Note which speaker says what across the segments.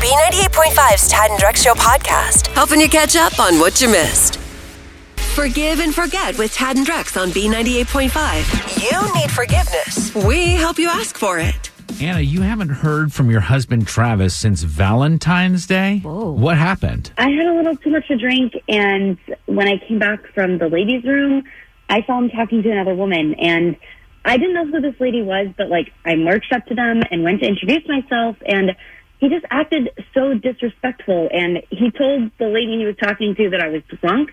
Speaker 1: B98.5's Tad and Drex Show podcast, helping you catch up on what you missed. Forgive and forget with Tad and Drex on B98.5. You need forgiveness. We help you ask for it.
Speaker 2: Anna, you haven't heard from your husband Travis since Valentine's Day. What happened?
Speaker 3: I had a little too much to drink, and when I came back from the ladies' room, I saw him talking to another woman, and I didn't know who this lady was, but like I marched up to them and went to introduce myself, and he just acted so disrespectful, and he told the lady he was talking to that I was drunk,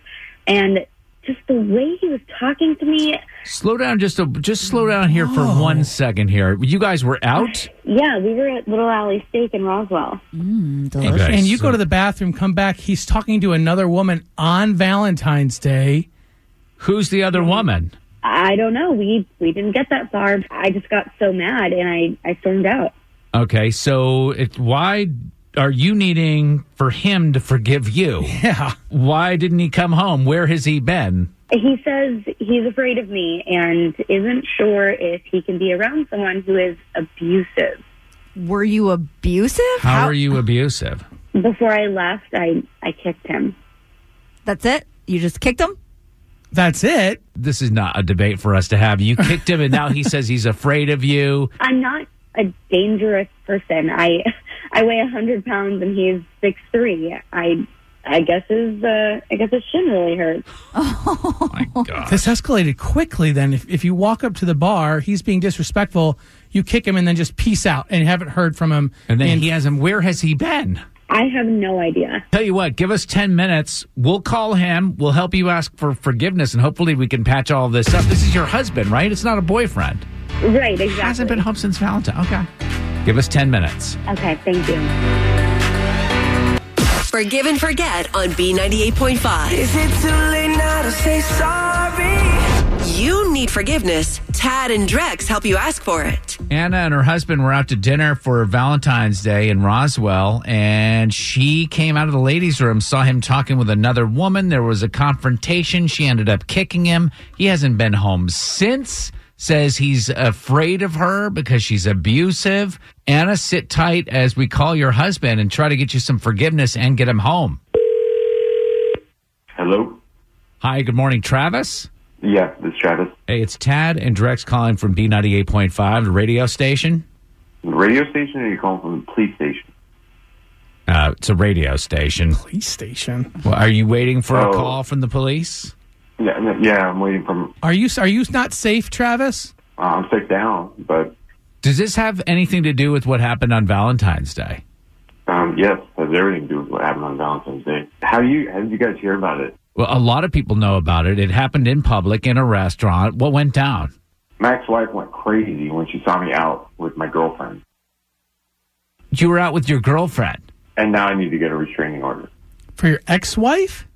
Speaker 3: and just the way he was talking to me,
Speaker 2: Slow down, just a, just slow down here for one second. Here, you guys were out,
Speaker 3: yeah, we were at Little Alley Steak in Roswell.
Speaker 2: Oh, Okay,
Speaker 4: and you
Speaker 2: so-
Speaker 4: go to the bathroom, come back, he's talking to another woman on Valentine's Day.
Speaker 2: Who's the other woman?
Speaker 3: I don't know, we we didn't get that far. I just got so mad, and I I stormed out.
Speaker 2: Okay, so it, why are you needing for him to forgive you?
Speaker 4: Yeah.
Speaker 2: Why didn't he come home? Where has he been?
Speaker 3: He says he's afraid of me and isn't sure if he can be around someone who is abusive.
Speaker 5: Were you abusive?
Speaker 2: How, are you abusive?
Speaker 3: Before I left, I, I kicked him.
Speaker 5: That's it? You just kicked him?
Speaker 4: That's it.
Speaker 2: This is not a debate for us to have. You kicked him, and now he says he's afraid of you.
Speaker 3: I'm not a dangerous person. I I weigh a hundred pounds and he's six three. I I guess his uh, I guess his shin really hurts.
Speaker 2: My God.
Speaker 4: This escalated quickly then. If, if you walk up to the bar, he's being disrespectful, you kick him and then just peace out and haven't heard from him.
Speaker 2: And then he has him. Where has he been?
Speaker 3: I have no idea.
Speaker 2: Tell you what, give us 10 minutes. We'll call him. We'll help you ask for forgiveness, and hopefully we can patch all this up. This is your husband, right? It's not a boyfriend.
Speaker 3: Right, exactly.
Speaker 2: Hasn't been home since Valentine. Okay. Give us 10 minutes.
Speaker 3: okay, thank you.
Speaker 1: Forgive and forget on B98.5.
Speaker 6: Is it too late now to say sorry?
Speaker 1: You need forgiveness. Tad and Drex help you ask for it.
Speaker 2: Anna and her husband were out to dinner for Valentine's Day in Roswell, and she came out of the ladies' room, saw him talking with another woman. There was a confrontation. She ended up kicking him. He hasn't been home since. Says he's afraid of her because she's abusive. Anna, sit tight as we call your husband and try to get you some forgiveness and get him home.
Speaker 7: Hello?
Speaker 2: Hi, good morning, Travis.
Speaker 7: Yeah, this is Travis.
Speaker 2: Hey, it's Tad and Drex calling from B98.5, the radio station.
Speaker 7: The radio station or you calling from the police station?
Speaker 2: Uh, it's a radio station.
Speaker 4: police station.
Speaker 2: Well, are you waiting for a
Speaker 7: Oh. um,
Speaker 2: call from the police?
Speaker 7: Yeah, no- yeah, I'm waiting for
Speaker 4: Are you are you not safe, Travis?
Speaker 7: uh, I'm sick down, but
Speaker 2: Does this have anything to do with what happened on Valentine's Day?
Speaker 7: um, yes, has everything to do with what happened on Valentine's Day. How do you how did you guys hear about it?
Speaker 2: Well, a lot of people know about it. It happened in public in a restaurant. What went down?
Speaker 7: Mac's wife went crazy when she saw me out with my girlfriend.
Speaker 2: You were out with your girlfriend.
Speaker 7: And now I need to get a restraining order.
Speaker 4: For your ex-wife?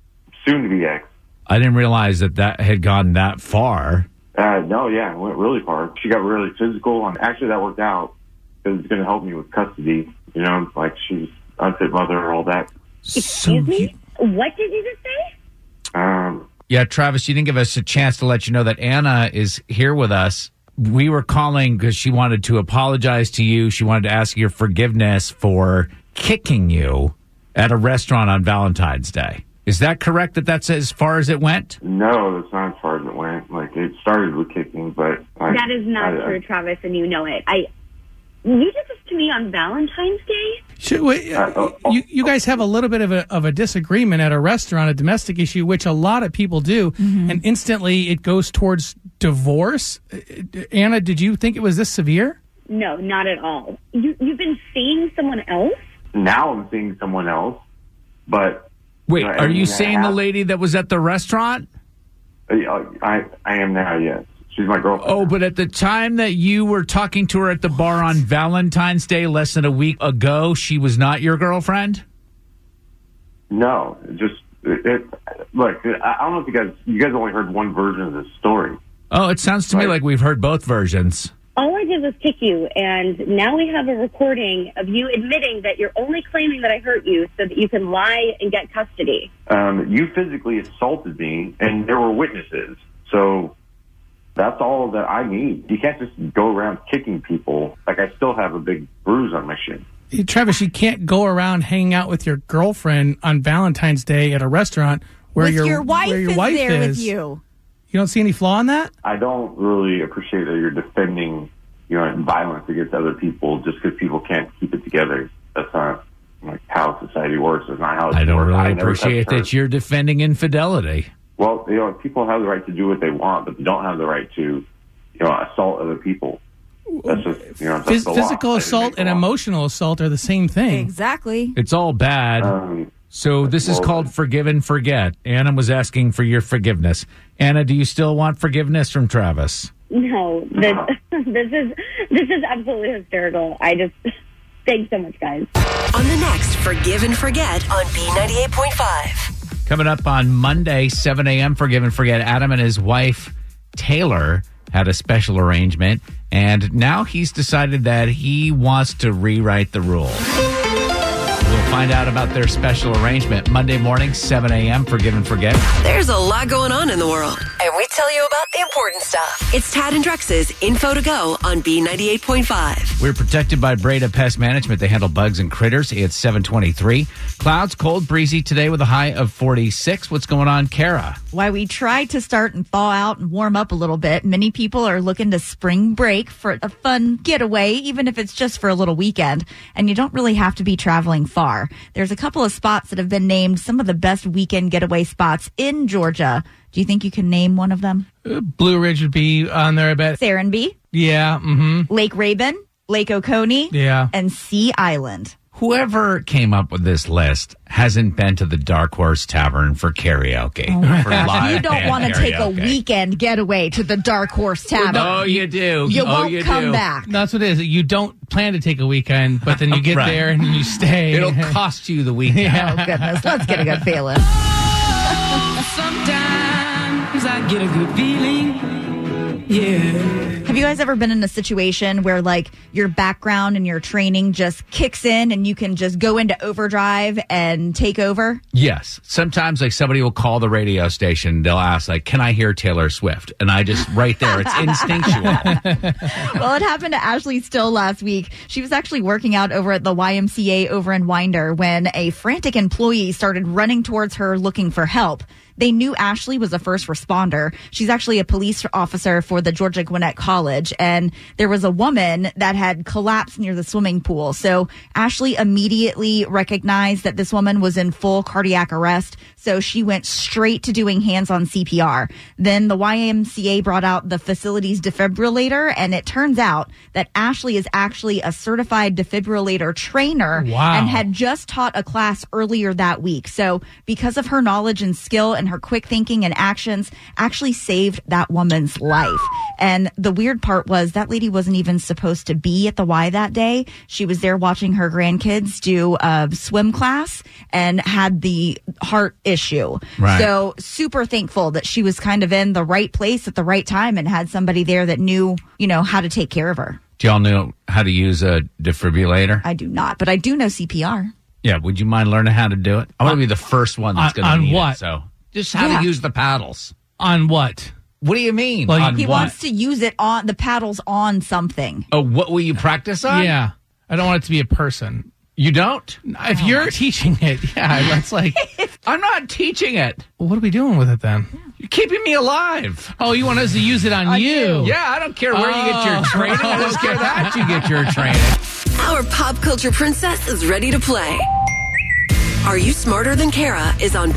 Speaker 7: Soon to be ex.
Speaker 2: I didn't realize that that had gone that far.
Speaker 7: Uh, no, yeah, it went really far. She got really physical, and actually that worked out because it's going to help me with custody. You know, like she's unfit mother and all that.
Speaker 2: So
Speaker 3: Excuse
Speaker 2: you-
Speaker 3: me? What did you just say?
Speaker 7: Um,
Speaker 2: yeah, Travis, you didn't give us a chance to let you know that Anna is here with us. We were calling because she wanted to apologize to you. She wanted to ask your forgiveness for kicking you at a restaurant on Valentine's Day. Is that correct that that's as far as it went?
Speaker 7: No, that's not as far as it went. Like it started with kicking, but like,
Speaker 3: That is not
Speaker 7: I- I-
Speaker 3: true, Travis, and you know it. I you did this to me on Valentine's Day.
Speaker 4: Should we,
Speaker 7: Uh, oh, oh.
Speaker 4: you, you guys have a little bit of a, of a disagreement at a restaurant, a domestic issue, which a lot of people do,
Speaker 5: Mm-hmm.
Speaker 4: and instantly it goes towards divorce. Uh, uh, Anna, did you think it was this severe?
Speaker 3: No, not at all. You you've been seeing someone else?
Speaker 7: now I'm seeing someone else, but
Speaker 2: Wait,
Speaker 7: Right,
Speaker 2: are you
Speaker 7: and
Speaker 2: saying the
Speaker 7: half-
Speaker 2: lady that was at the restaurant?
Speaker 7: uh, I I am now. Yes, she's my girlfriend.
Speaker 2: Oh, but at the time that you were talking to her at the bar on Valentine's Day less than a week ago, she was not your girlfriend?
Speaker 7: no, it just it, it, look. I, I don't know if you guys you guys only heard one version of this story.
Speaker 2: Oh, it sounds to me like we've heard both versions.
Speaker 3: All I did was kick you, and now we have a recording of you admitting that you're only claiming that I hurt you so that you can lie and get custody.
Speaker 7: Um, you physically assaulted me, and there were witnesses. So that's all that I need. You can't just go around kicking people. Like I still have a big bruise on my shin.
Speaker 4: Travis, you can't go around hanging out with your girlfriend on Valentine's Day at a restaurant where
Speaker 5: with your, wife
Speaker 4: where your
Speaker 5: is
Speaker 4: wife
Speaker 5: there with
Speaker 4: is.
Speaker 5: you.
Speaker 4: You don't see any flaw in that?
Speaker 7: I don't really appreciate that you're defending, you know, violence against other people just because people can't keep it together. That's not like how society works. It's not how it
Speaker 2: I don't
Speaker 7: works.
Speaker 2: really
Speaker 7: never
Speaker 2: appreciate
Speaker 7: touched her.
Speaker 2: that you're defending infidelity.
Speaker 7: Well, you know, people have the right to do what they want, but they don't have the right to, you know, assault other people. That's just, you know, that's
Speaker 4: Phys-
Speaker 7: the law.
Speaker 4: physical
Speaker 7: That is
Speaker 4: assault
Speaker 7: against
Speaker 4: and
Speaker 7: the law.
Speaker 4: emotional assault are the same thing.
Speaker 5: Exactly.
Speaker 2: It's all bad.
Speaker 7: Um,
Speaker 2: so this is
Speaker 7: well-
Speaker 2: called forgive and forget. Anna was asking for your forgiveness. Anna, do you still want forgiveness from Travis?
Speaker 3: No, this this is this is absolutely hysterical. I just thanks so much, guys.
Speaker 1: On the next Forgive and Forget on B98.5.
Speaker 2: Coming up on Monday, 7 a.m. Forgive and Forget, Adam and his wife, Taylor, had a special arrangement. And now he's decided that he wants to rewrite the rules. We'll find out about their special arrangement Monday morning, 7 a.m. Forgive and Forget.
Speaker 1: There's a lot going on in the world, and we tell you about the important stuff. It's Tad and Drex's Info to Go on B98.5.
Speaker 2: We're protected by Breda Pest Management. They handle bugs and critters. It's 723. Clouds, cold, breezy today with a high of 46. What's going on, Kara?
Speaker 5: Why we try to start and thaw out and warm up a little bit. Many people are looking to spring break for a fun getaway, even if it's just for a little weekend. And you don't really have to be traveling far. There's a couple of spots that have been named some of the best weekend getaway spots in Georgia. Do you think you can name one of them?
Speaker 4: Blue Ridge would be on there, I bet.
Speaker 5: Serenby,
Speaker 4: Yeah, mm-hmm.
Speaker 5: Lake Raven, Lake Oconee,
Speaker 4: Yeah.
Speaker 5: and Sea Island.
Speaker 2: Whoever came up with this list hasn't been to the Dark Horse Tavern for karaoke. for live
Speaker 5: You don't
Speaker 2: band
Speaker 5: want to take a
Speaker 2: karaoke.
Speaker 5: weekend getaway to the Dark Horse Tavern.
Speaker 2: Oh, you do.
Speaker 5: you
Speaker 2: oh,
Speaker 5: won't
Speaker 2: you
Speaker 5: come
Speaker 2: do.
Speaker 5: back.
Speaker 4: That's what it is. You don't plan to take a weekend, but then you get
Speaker 2: Right.
Speaker 4: there and you stay.
Speaker 2: It'll cost you the weekend.
Speaker 5: Oh goodness, let's get a good feeling.
Speaker 8: Sometimes I get a good feeling. Yeah.
Speaker 5: Have you guys ever been in a situation where like your background and your training just kicks in and you can just go into overdrive and take over?
Speaker 2: Yes. Sometimes, like, somebody will call the radio station. They'll ask, like, can I hear Taylor Swift? And I just, right there, it's instinctual.
Speaker 5: well, it happened to Ashley Still last week. She was actually working out over at the YMCA over in Winder when a frantic employee started running towards her looking for help. They knew Ashley was a first responder. She's actually a police officer for the Georgia Gwinnett College. And there was a woman that had collapsed near the swimming pool. So Ashley immediately recognized that this woman was in full cardiac arrest. So she went straight to doing hands on CPR. Then the YMCA brought out the facility's defibrillator, and it turns out that Ashley is actually a certified defibrillator trainer
Speaker 4: Wow.
Speaker 5: and had just taught a class earlier that week. So, because of her knowledge and skill and her quick thinking and actions, actually saved that woman's life. And the weird part was that lady wasn't even supposed to be at the Y that day. She was there watching her grandkids do a swim class and had the heart issue.
Speaker 2: Right.
Speaker 5: So, super thankful that she was kind of in the right place at the right time and had somebody there that knew, you know, how to take care of her.
Speaker 2: do y'all know how to use a defibrillator?
Speaker 5: I do not, but I do know CPR.
Speaker 2: yeah. Would you mind learning how to do it? I want to be the first one that's
Speaker 4: on-
Speaker 2: going
Speaker 4: on
Speaker 2: to need
Speaker 4: what?
Speaker 2: it. So, just how
Speaker 5: Yeah.
Speaker 2: to use the paddles.
Speaker 4: on what?
Speaker 2: What do you mean?
Speaker 4: Well,
Speaker 2: on
Speaker 5: He
Speaker 2: what?
Speaker 5: wants to use it on the paddles on something.
Speaker 2: oh, what will you practice on?
Speaker 4: Yeah. I don't want it to be a person.
Speaker 2: You don't?
Speaker 4: If you're teaching it, yeah, that's like,
Speaker 2: I'm not teaching it.
Speaker 4: well, what are we doing with it then?
Speaker 2: You're keeping me alive.
Speaker 4: Oh, you want us to use it on, you?
Speaker 2: Yeah, I don't care where you get your
Speaker 4: Oh.
Speaker 2: training. I don't care that you get your training.
Speaker 1: Our pop culture princess is ready to play. Are You Smarter Than Kara is on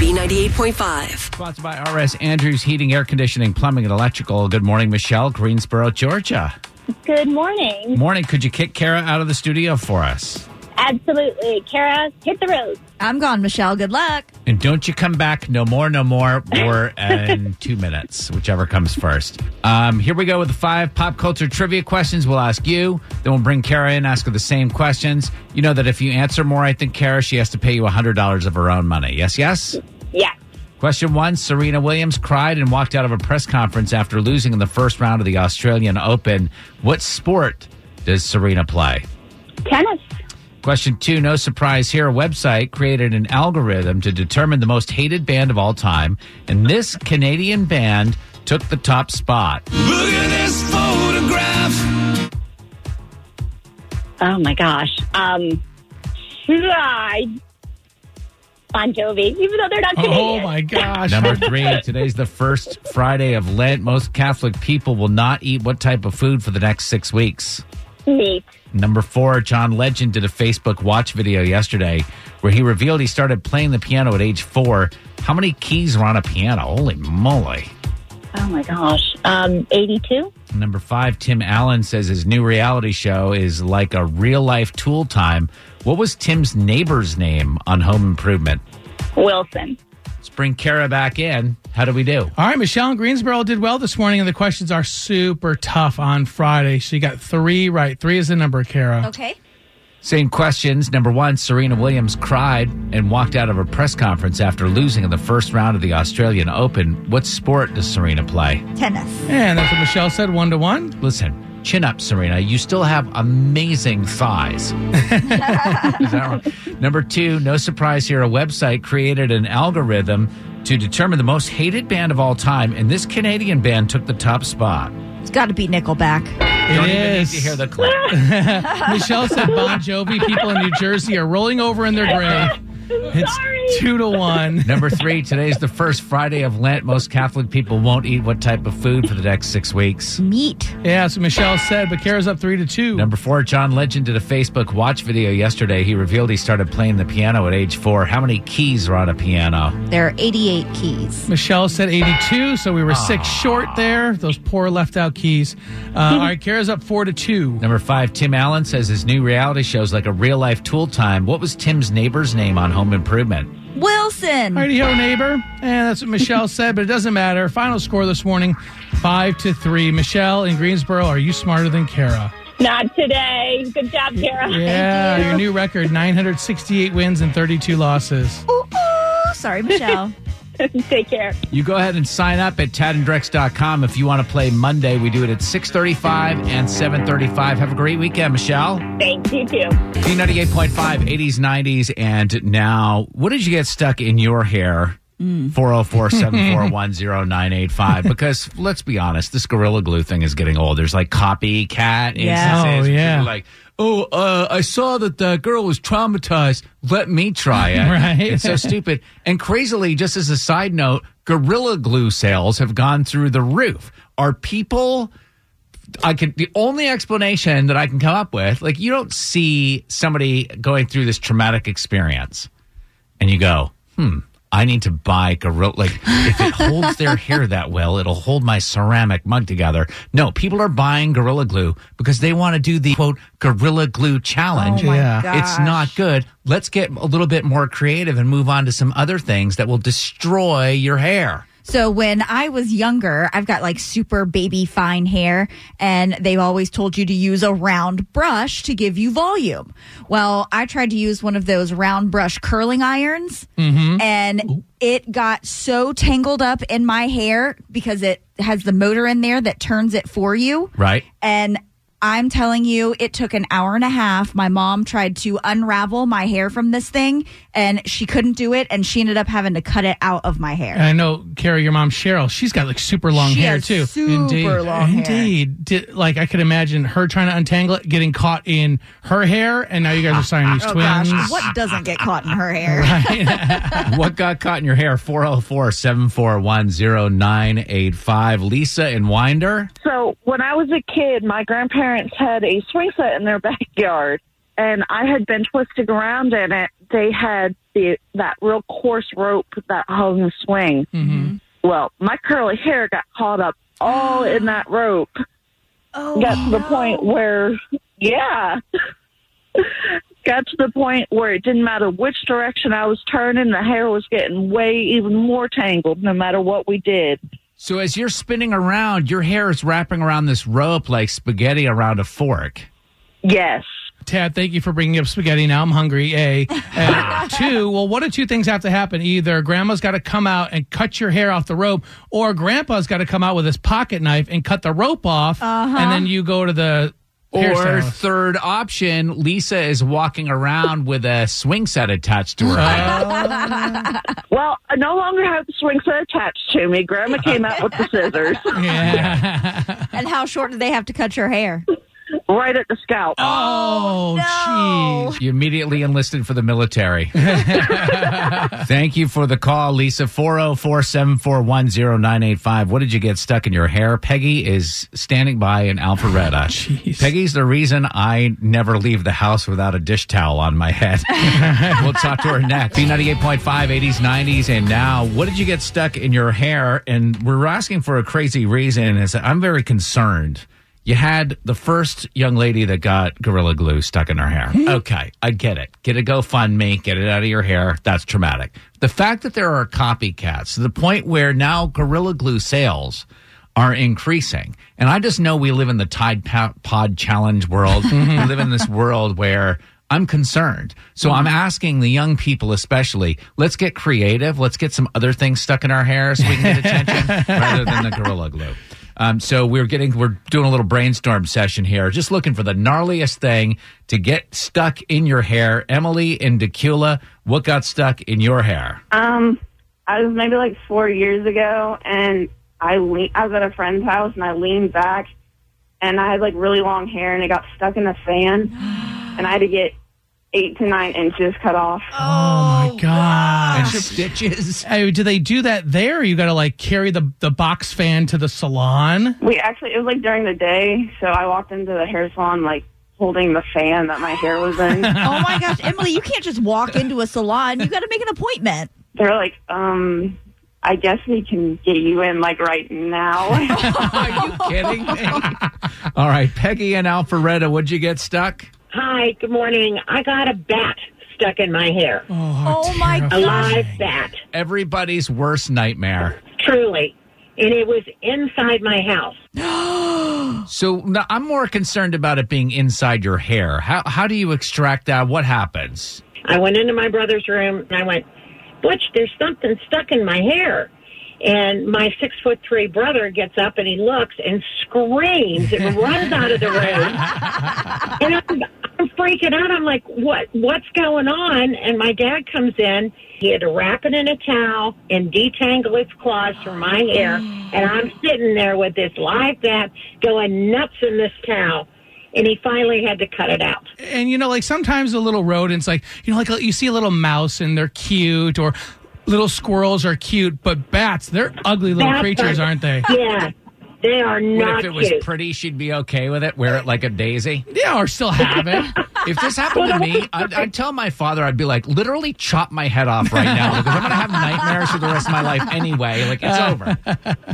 Speaker 1: B98.5.
Speaker 2: Sponsored by RS Andrews Heating, Air Conditioning, Plumbing, and Electrical. Good morning, Michelle, Greensboro, Georgia.
Speaker 9: Good morning.
Speaker 2: Morning. Could you kick Kara out of the studio for us?
Speaker 9: Absolutely. Kara, hit the road.
Speaker 5: I'm gone, Michelle. Good luck.
Speaker 2: And don't you come back. No more, no more. Or in two minutes, whichever comes first. Um, here we go with the five pop culture trivia questions we'll ask you. Then we'll bring Kara in, ask her the same questions. You know that if you answer more, I think, Kara, she has to pay you $100 of her own money. Yes, yes?
Speaker 9: Yes.
Speaker 2: Question one Serena Williams cried and walked out of a press conference after losing in the first round of the Australian Open. What sport does Serena play?
Speaker 9: Tennis.
Speaker 2: Question two No surprise here. A website created an algorithm to determine the most hated band of all time, and this Canadian band took the top spot.
Speaker 6: Look at this photograph.
Speaker 9: Oh my gosh. Um, I- Bon Jovi, even though they're not Canadian.
Speaker 4: Oh my gosh.
Speaker 2: Number three, today's the first Friday of Lent. Most Catholic people will not eat what type of food for the next six weeks?
Speaker 9: Neat.
Speaker 2: Number four, John Legend did a Facebook watch video yesterday where he revealed he started playing the piano at age four. How many keys were on a piano? Holy moly.
Speaker 9: Oh my gosh. Um, 82?
Speaker 2: Number five, Tim Allen says his new reality show is like a real life tool time. What was Tim's neighbor's name on Home Improvement?
Speaker 9: Wilson.
Speaker 2: Let's bring Kara back in. How do we do?
Speaker 4: All right, Michelle and Greensboro did well this morning, and the questions are super tough on Friday. She got three right. Three is the number, Kara.
Speaker 5: Okay.
Speaker 2: Same questions. Number one, Serena Williams cried and walked out of her press conference after losing in the first round of the Australian Open. What sport does Serena play?
Speaker 5: Tennis.
Speaker 4: And that's what Michelle said, one to one.
Speaker 2: Listen, chin up, Serena. You still have amazing thighs. Is that wrong? Number two, no surprise here, a website created an algorithm to determine the most hated band of all time, and this Canadian band took the top spot.
Speaker 5: It's got to be Nickelback.
Speaker 2: Don't
Speaker 4: It
Speaker 2: even need
Speaker 4: is.
Speaker 2: to hear the clip.
Speaker 4: Michelle said Bon Jovi. People in New Jersey are rolling over in their grave. It's two to one.
Speaker 2: Number three, today's the first Friday of Lent. Most Catholic people won't eat what type of food for the next six weeks.
Speaker 5: Meat.
Speaker 4: Yeah, so Michelle said, but Kara's up three to two.
Speaker 2: Number four, John Legend did a Facebook watch video yesterday. He revealed he started playing the piano at age four. How many keys are on a piano?
Speaker 5: There are 88 keys.
Speaker 4: Michelle said 82, so we were six short there. Those poor left out keys. Uh, all right, Kara's up four to two.
Speaker 2: Number five, Tim Allen says his new reality show is like a real life tool time. What was Tim's neighbor's name on Home Improvement?
Speaker 5: Wilson.
Speaker 4: Righty ho, neighbor. And that's what Michelle said, but it doesn't matter. Final score this morning five to three. Michelle in Greensboro, are you smarter than Kara?
Speaker 9: Not today. Good job, Kara.
Speaker 4: Yeah, your new record 968 wins and 32 losses.
Speaker 5: Ooh, ooh. Sorry, Michelle.
Speaker 9: Take care.
Speaker 2: You go ahead and sign up at tadandrex.com if you want to play Monday. We do it at 635 and 735. Have a great weekend, Michelle.
Speaker 9: Thank you, too.
Speaker 2: B98.5, 80s, 90s, and now. What did you get stuck in your hair?
Speaker 4: Mm.
Speaker 2: 404 741 0985. Because let's be honest, this Gorilla Glue thing is getting old. There's like copycat
Speaker 5: Yeah.
Speaker 2: instances.
Speaker 4: Oh,
Speaker 2: where people
Speaker 4: yeah.
Speaker 2: are Like, oh, uh, I saw that the girl was traumatized. Let me try it.
Speaker 4: Right.
Speaker 2: It's so stupid. And crazily, just as a side note, Gorilla Glue sales have gone through the roof. Are people. I can the only explanation that I can come up with, like you don't see somebody going through this traumatic experience and you go, hmm, I need to buy gorilla like if it holds their hair that well, it'll hold my ceramic mug together. No, people are buying gorilla glue because they want to do the quote gorilla glue challenge.
Speaker 5: Oh my
Speaker 4: Yeah.
Speaker 2: It's not good. Let's get a little bit more creative and move on to some other things that will destroy your hair.
Speaker 5: So when I was younger, I've got like super baby fine hair and they've always told you to use a round brush to give you volume. Well, I tried to use one of those round brush curling irons and it got so tangled up in my hair because it has the motor in there that turns it for you.
Speaker 2: Right?
Speaker 5: And I'm telling you, it took an hour and a half. My mom tried to unravel my hair from this thing and she couldn't do it. And she ended up having to cut it out of my hair.
Speaker 4: And I know, Kara, your mom, Cheryl, she's got like super long
Speaker 5: She
Speaker 4: hair
Speaker 5: has
Speaker 4: too.
Speaker 5: super long hair.
Speaker 4: Indeed. Did, like, I could imagine her trying to untangle it, getting caught in her hair, and now you guys are signing these
Speaker 5: Oh
Speaker 4: twins.
Speaker 5: gosh, what doesn't get caught in her hair?
Speaker 2: what got caught in your hair? 404 741 0985. Lisa and Winder.
Speaker 10: So when I was a kid, my grandparents had a swing set in their backyard, and I had been twisting around in it. They had the that real coarse rope that hung the swing.
Speaker 4: Mhm.
Speaker 10: Well, my curly hair got caught up all in that rope.
Speaker 5: Oh,
Speaker 10: Got to the point where, yeah, got to the point where it didn't matter which direction I was turning, the hair was getting way even more tangled, no matter what we did.
Speaker 2: So as you're spinning around, your hair is wrapping around this rope like spaghetti around a fork.
Speaker 10: Yes.
Speaker 4: Tad, thank you for bringing up spaghetti. Now I'm hungry. A. And two, well, what do two things have to happen? Either grandma's got to come out and cut your hair off the rope, or grandpa's got to come out with his pocket knife and cut the rope off, and then you go to the
Speaker 2: Or
Speaker 4: hairstylist.
Speaker 2: third option, Lisa is walking around with a swing set attached
Speaker 4: Oh,
Speaker 2: to her head.
Speaker 10: Well, I no longer have the swing set attached to me. Grandma came out with the scissors.
Speaker 4: Yeah.
Speaker 5: and how short do they have to cut your hair?
Speaker 10: right at the scalp.
Speaker 4: Oh, jeez.
Speaker 2: You immediately enlisted for the military. Thank you for the call, Lisa. 404 7410985. What did you get stuck in your hair? Peggy is standing by in Alpharetta. Peggy's the reason I never leave the house without a dish towel on my head. we'll talk to her next. B98.5, 80s, 90s, and now. What did you get stuck in your hair? And we're asking for a crazy reason. Is I'm very concerned. You had the first young lady that got Gorilla Glue stuck in her hair. Okay, I get it. Get a GoFundMe, get it out of your hair. That's traumatic. The fact that there are copycats to the point where now Gorilla Glue sales are increasing. And I just know we live in the Tide Po- Pod Challenge world. we live in this world where I'm concerned. So I'm asking the young people, especially, let's get creative. Let's get some other things stuck in our hair so we can get attention rather than the Gorilla Glue. Um, so we're getting we're doing a little brainstorm session here, just looking for the gnarliest thing to get stuck in your hair. Emily in Decula, what got stuck in your hair?
Speaker 11: Um, I was maybe like four years ago, and I le- I was at a friend's house, and I leaned back, and I had like really long hair, and it got stuck in the fan, and I had to get eight to nine inches cut off.
Speaker 4: Oh my gosh.
Speaker 2: And stitches.
Speaker 4: do they do that there? Or you got to like carry the, the box fan to the salon?
Speaker 11: We actually it was like during the day, so I walked into the hair salon like holding the fan that my hair was in.
Speaker 5: oh my gosh, Emily, you can't just walk into a salon. You got to make an appointment.
Speaker 11: They're like, um, I guess we can get you in like right now.
Speaker 2: Are you kidding me? All right, Peggy and Alpharetta, what'd you get stuck?
Speaker 12: Hi, good morning. I got a bat stuck in my hair.
Speaker 4: Oh,
Speaker 12: my god. A live bat,
Speaker 2: Everybody's worst nightmare.
Speaker 12: truly. And it was inside my house.
Speaker 2: So now, I'm more concerned about it being inside your hair. How how do you extract that? What happens?
Speaker 12: I went into my brother's room and I went, Butch, there's something stuck in my hair. And my six foot three brother gets up and he looks and screams and runs out of the room. and I'm, I'm freaking out. I'm like, what? What's going on? And my dad comes in. He had to wrap it in a towel and detangle its claws from my hair. And I'm sitting there with this live bat going nuts in this towel. And he finally had to cut it out.
Speaker 4: And you know, like sometimes the little rodents, like, you know, like you see a little mouse and they're cute or little squirrels are cute, but bats, they're ugly little
Speaker 12: Bats are-
Speaker 4: creatures, aren't they?
Speaker 12: Yeah. They are
Speaker 2: What
Speaker 12: not
Speaker 2: if it was
Speaker 12: cute.
Speaker 2: pretty? She'd be okay with it. Wear it like a daisy.
Speaker 4: Yeah, or still have it.
Speaker 2: If this happened to me, I'd, I'd tell my father. I'd be like, literally, chop my head off right now because I'm gonna have nightmares for the rest of my life anyway. Like it's over.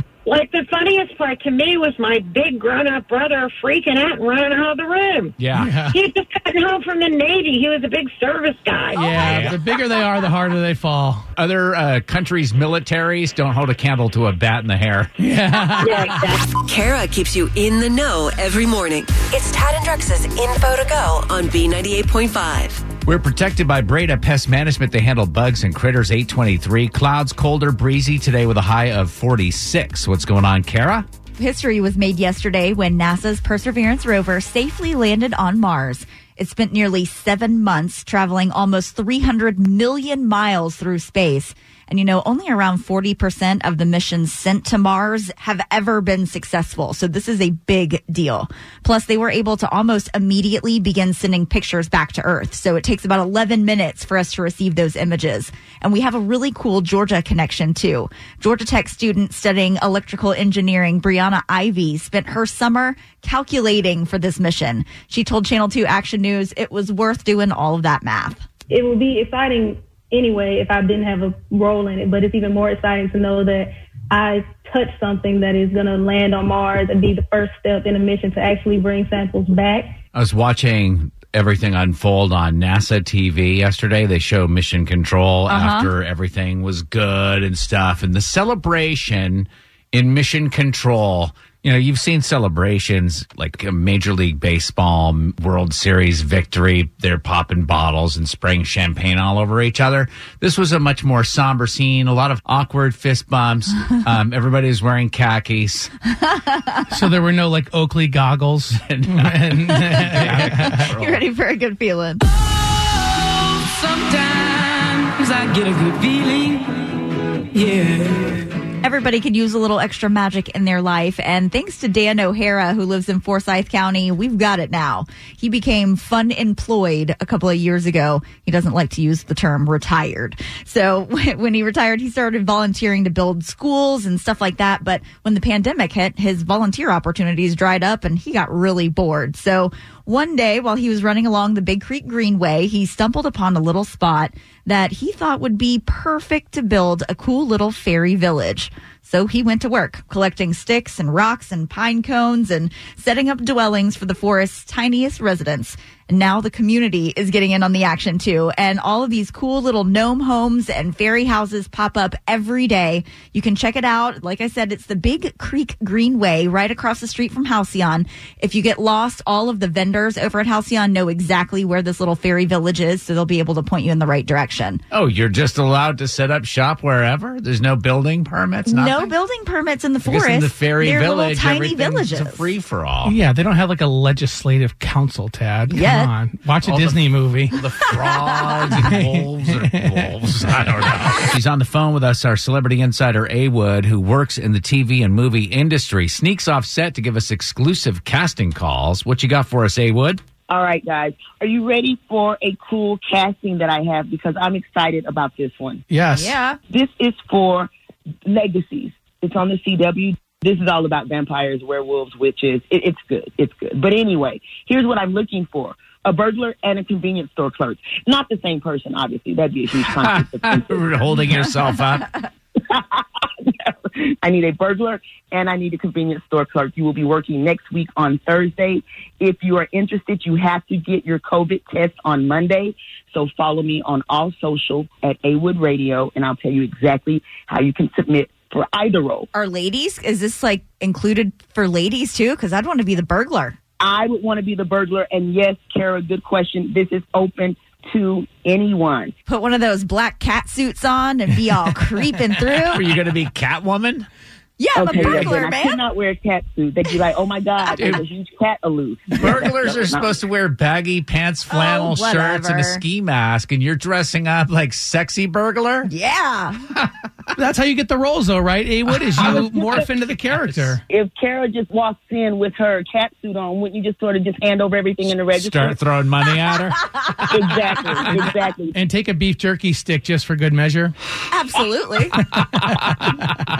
Speaker 12: Like the funniest part to me was my big grown up brother freaking out and running out of the room.
Speaker 2: Yeah.
Speaker 12: He had just gotten home from the Navy. He was a big service guy.
Speaker 2: Oh,
Speaker 4: yeah, the bigger they are, the harder they fall.
Speaker 2: Other uh, countries' militaries don't hold a candle to a bat in the hair.
Speaker 1: Kara keeps you in the know every morning. It's Tad and Drex's info to go on B98.5.
Speaker 2: We're protected by Breda Pest Management. They handle bugs and critters 823. Clouds colder, breezy today with a high of 46. What's going on, Kara?
Speaker 5: History was made yesterday when NASA's Perseverance rover safely landed on Mars. It spent nearly seven months traveling almost 300 million miles through space. And you know, only around 40% of the missions sent to Mars have ever been successful. So this is a big deal. Plus, they were able to almost immediately begin sending pictures back to Earth. So it takes about 11 minutes for us to receive those images. And we have a really cool Georgia connection too. Georgia Tech student studying electrical engineering, Brianna Ivy, spent her summer calculating for this mission. She told Channel 2 Action News it was worth doing all of that math.
Speaker 13: it would be exciting anyway if I didn't have a role in it, but it's even more exciting to know that I touched something that is going to land on Mars and be the first step in a mission to actually bring samples back.
Speaker 2: I was watching everything unfold on NASA TV yesterday. They show mission control
Speaker 5: Uh-huh.
Speaker 2: after everything was good and stuff. And the celebration in mission control. You know, you've seen celebrations like a Major League Baseball World Series victory. They're popping bottles and spraying champagne all over each other. This was a much more somber scene, a lot of awkward fist bumps. Um, everybody was wearing khakis.
Speaker 4: So there were no like Oakley goggles.
Speaker 5: You ready for a good feeling?
Speaker 8: Sometimes I get a good feeling. Yeah.
Speaker 5: Everybody could use a little extra magic in their life. And thanks to Dan O'Hara, who lives in Forsyth County, we've got it now. He became fun employed a couple of years ago. He doesn't like to use the term retired. So when he retired, he started volunteering to build schools and stuff like that. But when the pandemic hit, his volunteer opportunities dried up and he got really bored. So one day while he was running along the Big Creek Greenway, he stumbled upon a little spot that he thought would be perfect to build a cool little fairy village. So he went to work collecting sticks and rocks and pine cones and setting up dwellings for the forest's tiniest residents. And now the community is getting in on the action too. And all of these cool little gnome homes and fairy houses pop up every day. You can check it out. Like I said, it's the Big Creek Greenway right across the street from Halcyon. If you get lost, all of the vendors over at Halcyon know exactly where this little fairy village is. So they'll be able to point you in the right direction.
Speaker 2: Oh, you're just allowed to set up shop wherever. There's no building permits. Nothing?
Speaker 5: No building permits in the
Speaker 2: Because
Speaker 5: forest.
Speaker 2: in the fairy
Speaker 5: They're
Speaker 2: village,
Speaker 5: little tiny
Speaker 2: everything's
Speaker 5: villages.
Speaker 2: a free for all.
Speaker 4: Yeah, they don't have like a legislative council, Tad. Come
Speaker 5: Yet.
Speaker 4: on. Watch a
Speaker 2: All the-
Speaker 4: Disney movie.
Speaker 2: The frogs and wolves or wolves. I don't know. She's on the phone with us, our celebrity insider A Wood, who works in the TV and movie industry, sneaks off set to give us exclusive casting calls. What you got for us, A Wood?
Speaker 14: All right, guys. Are you ready for a cool casting that I have? Because I'm excited about this one.
Speaker 4: Yes. Yeah.
Speaker 14: This is for Legacies. It's on the CW. This is all about vampires, werewolves, witches. It, it's good. It's good. But anyway, here's what I'm looking for. A burglar and a convenience store clerk. Not the same person, obviously. That'd be a huge conflict. of interest.
Speaker 2: Holding yourself up.
Speaker 14: I need a burglar and I need a convenience store clerk. You will be working next week on Thursday. If you are interested, you have to get your COVID test on Monday. So follow me on all social at Awood Radio and I'll tell you exactly how you can submit for either role.
Speaker 5: Are ladies? Is this like included for ladies too? Because I'd want to be the burglar.
Speaker 14: I would want to be the burglar. And yes, Kara, good question. This is open to anyone.
Speaker 5: Put one of those black cat suits on and be all creeping
Speaker 2: Are
Speaker 5: through.
Speaker 2: you going to be Catwoman?
Speaker 5: Yeah, I'm
Speaker 14: Okay,
Speaker 5: a burglar,
Speaker 14: again, I
Speaker 5: man.
Speaker 14: could not wear a cat suit. They'd be like, oh my God, there's a huge cat aloof.
Speaker 2: Burglars
Speaker 14: No,
Speaker 2: are
Speaker 14: no.
Speaker 2: supposed to wear baggy pants, flannel shirts, and a
Speaker 5: whatever.
Speaker 2: ski mask, and you're dressing up like sexy burglar?
Speaker 5: Yeah.
Speaker 4: That's how you get the roles, though, right? A Wood is
Speaker 14: I
Speaker 4: you
Speaker 14: was just
Speaker 4: morph into the character.
Speaker 14: if Kara just walks in with her cat suit on, wouldn't you just sort of just hand over everything in the register?
Speaker 2: Start throwing money at her.
Speaker 14: exactly, exactly.
Speaker 4: And take a beef jerky stick just for good measure.
Speaker 5: Absolutely.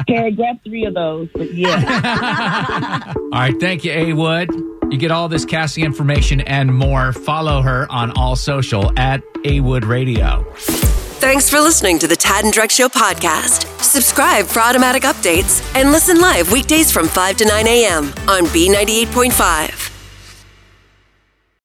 Speaker 14: Kara, grab three of those. But yeah,
Speaker 2: All right. Thank you, A Wood. You get all this casting information and more. Follow her on all social at A Wood Radio.
Speaker 1: Thanks for listening to the Tad and Drex Show podcast. Subscribe for automatic updates and listen live weekdays from 5 to 9 a.m. on B98.5.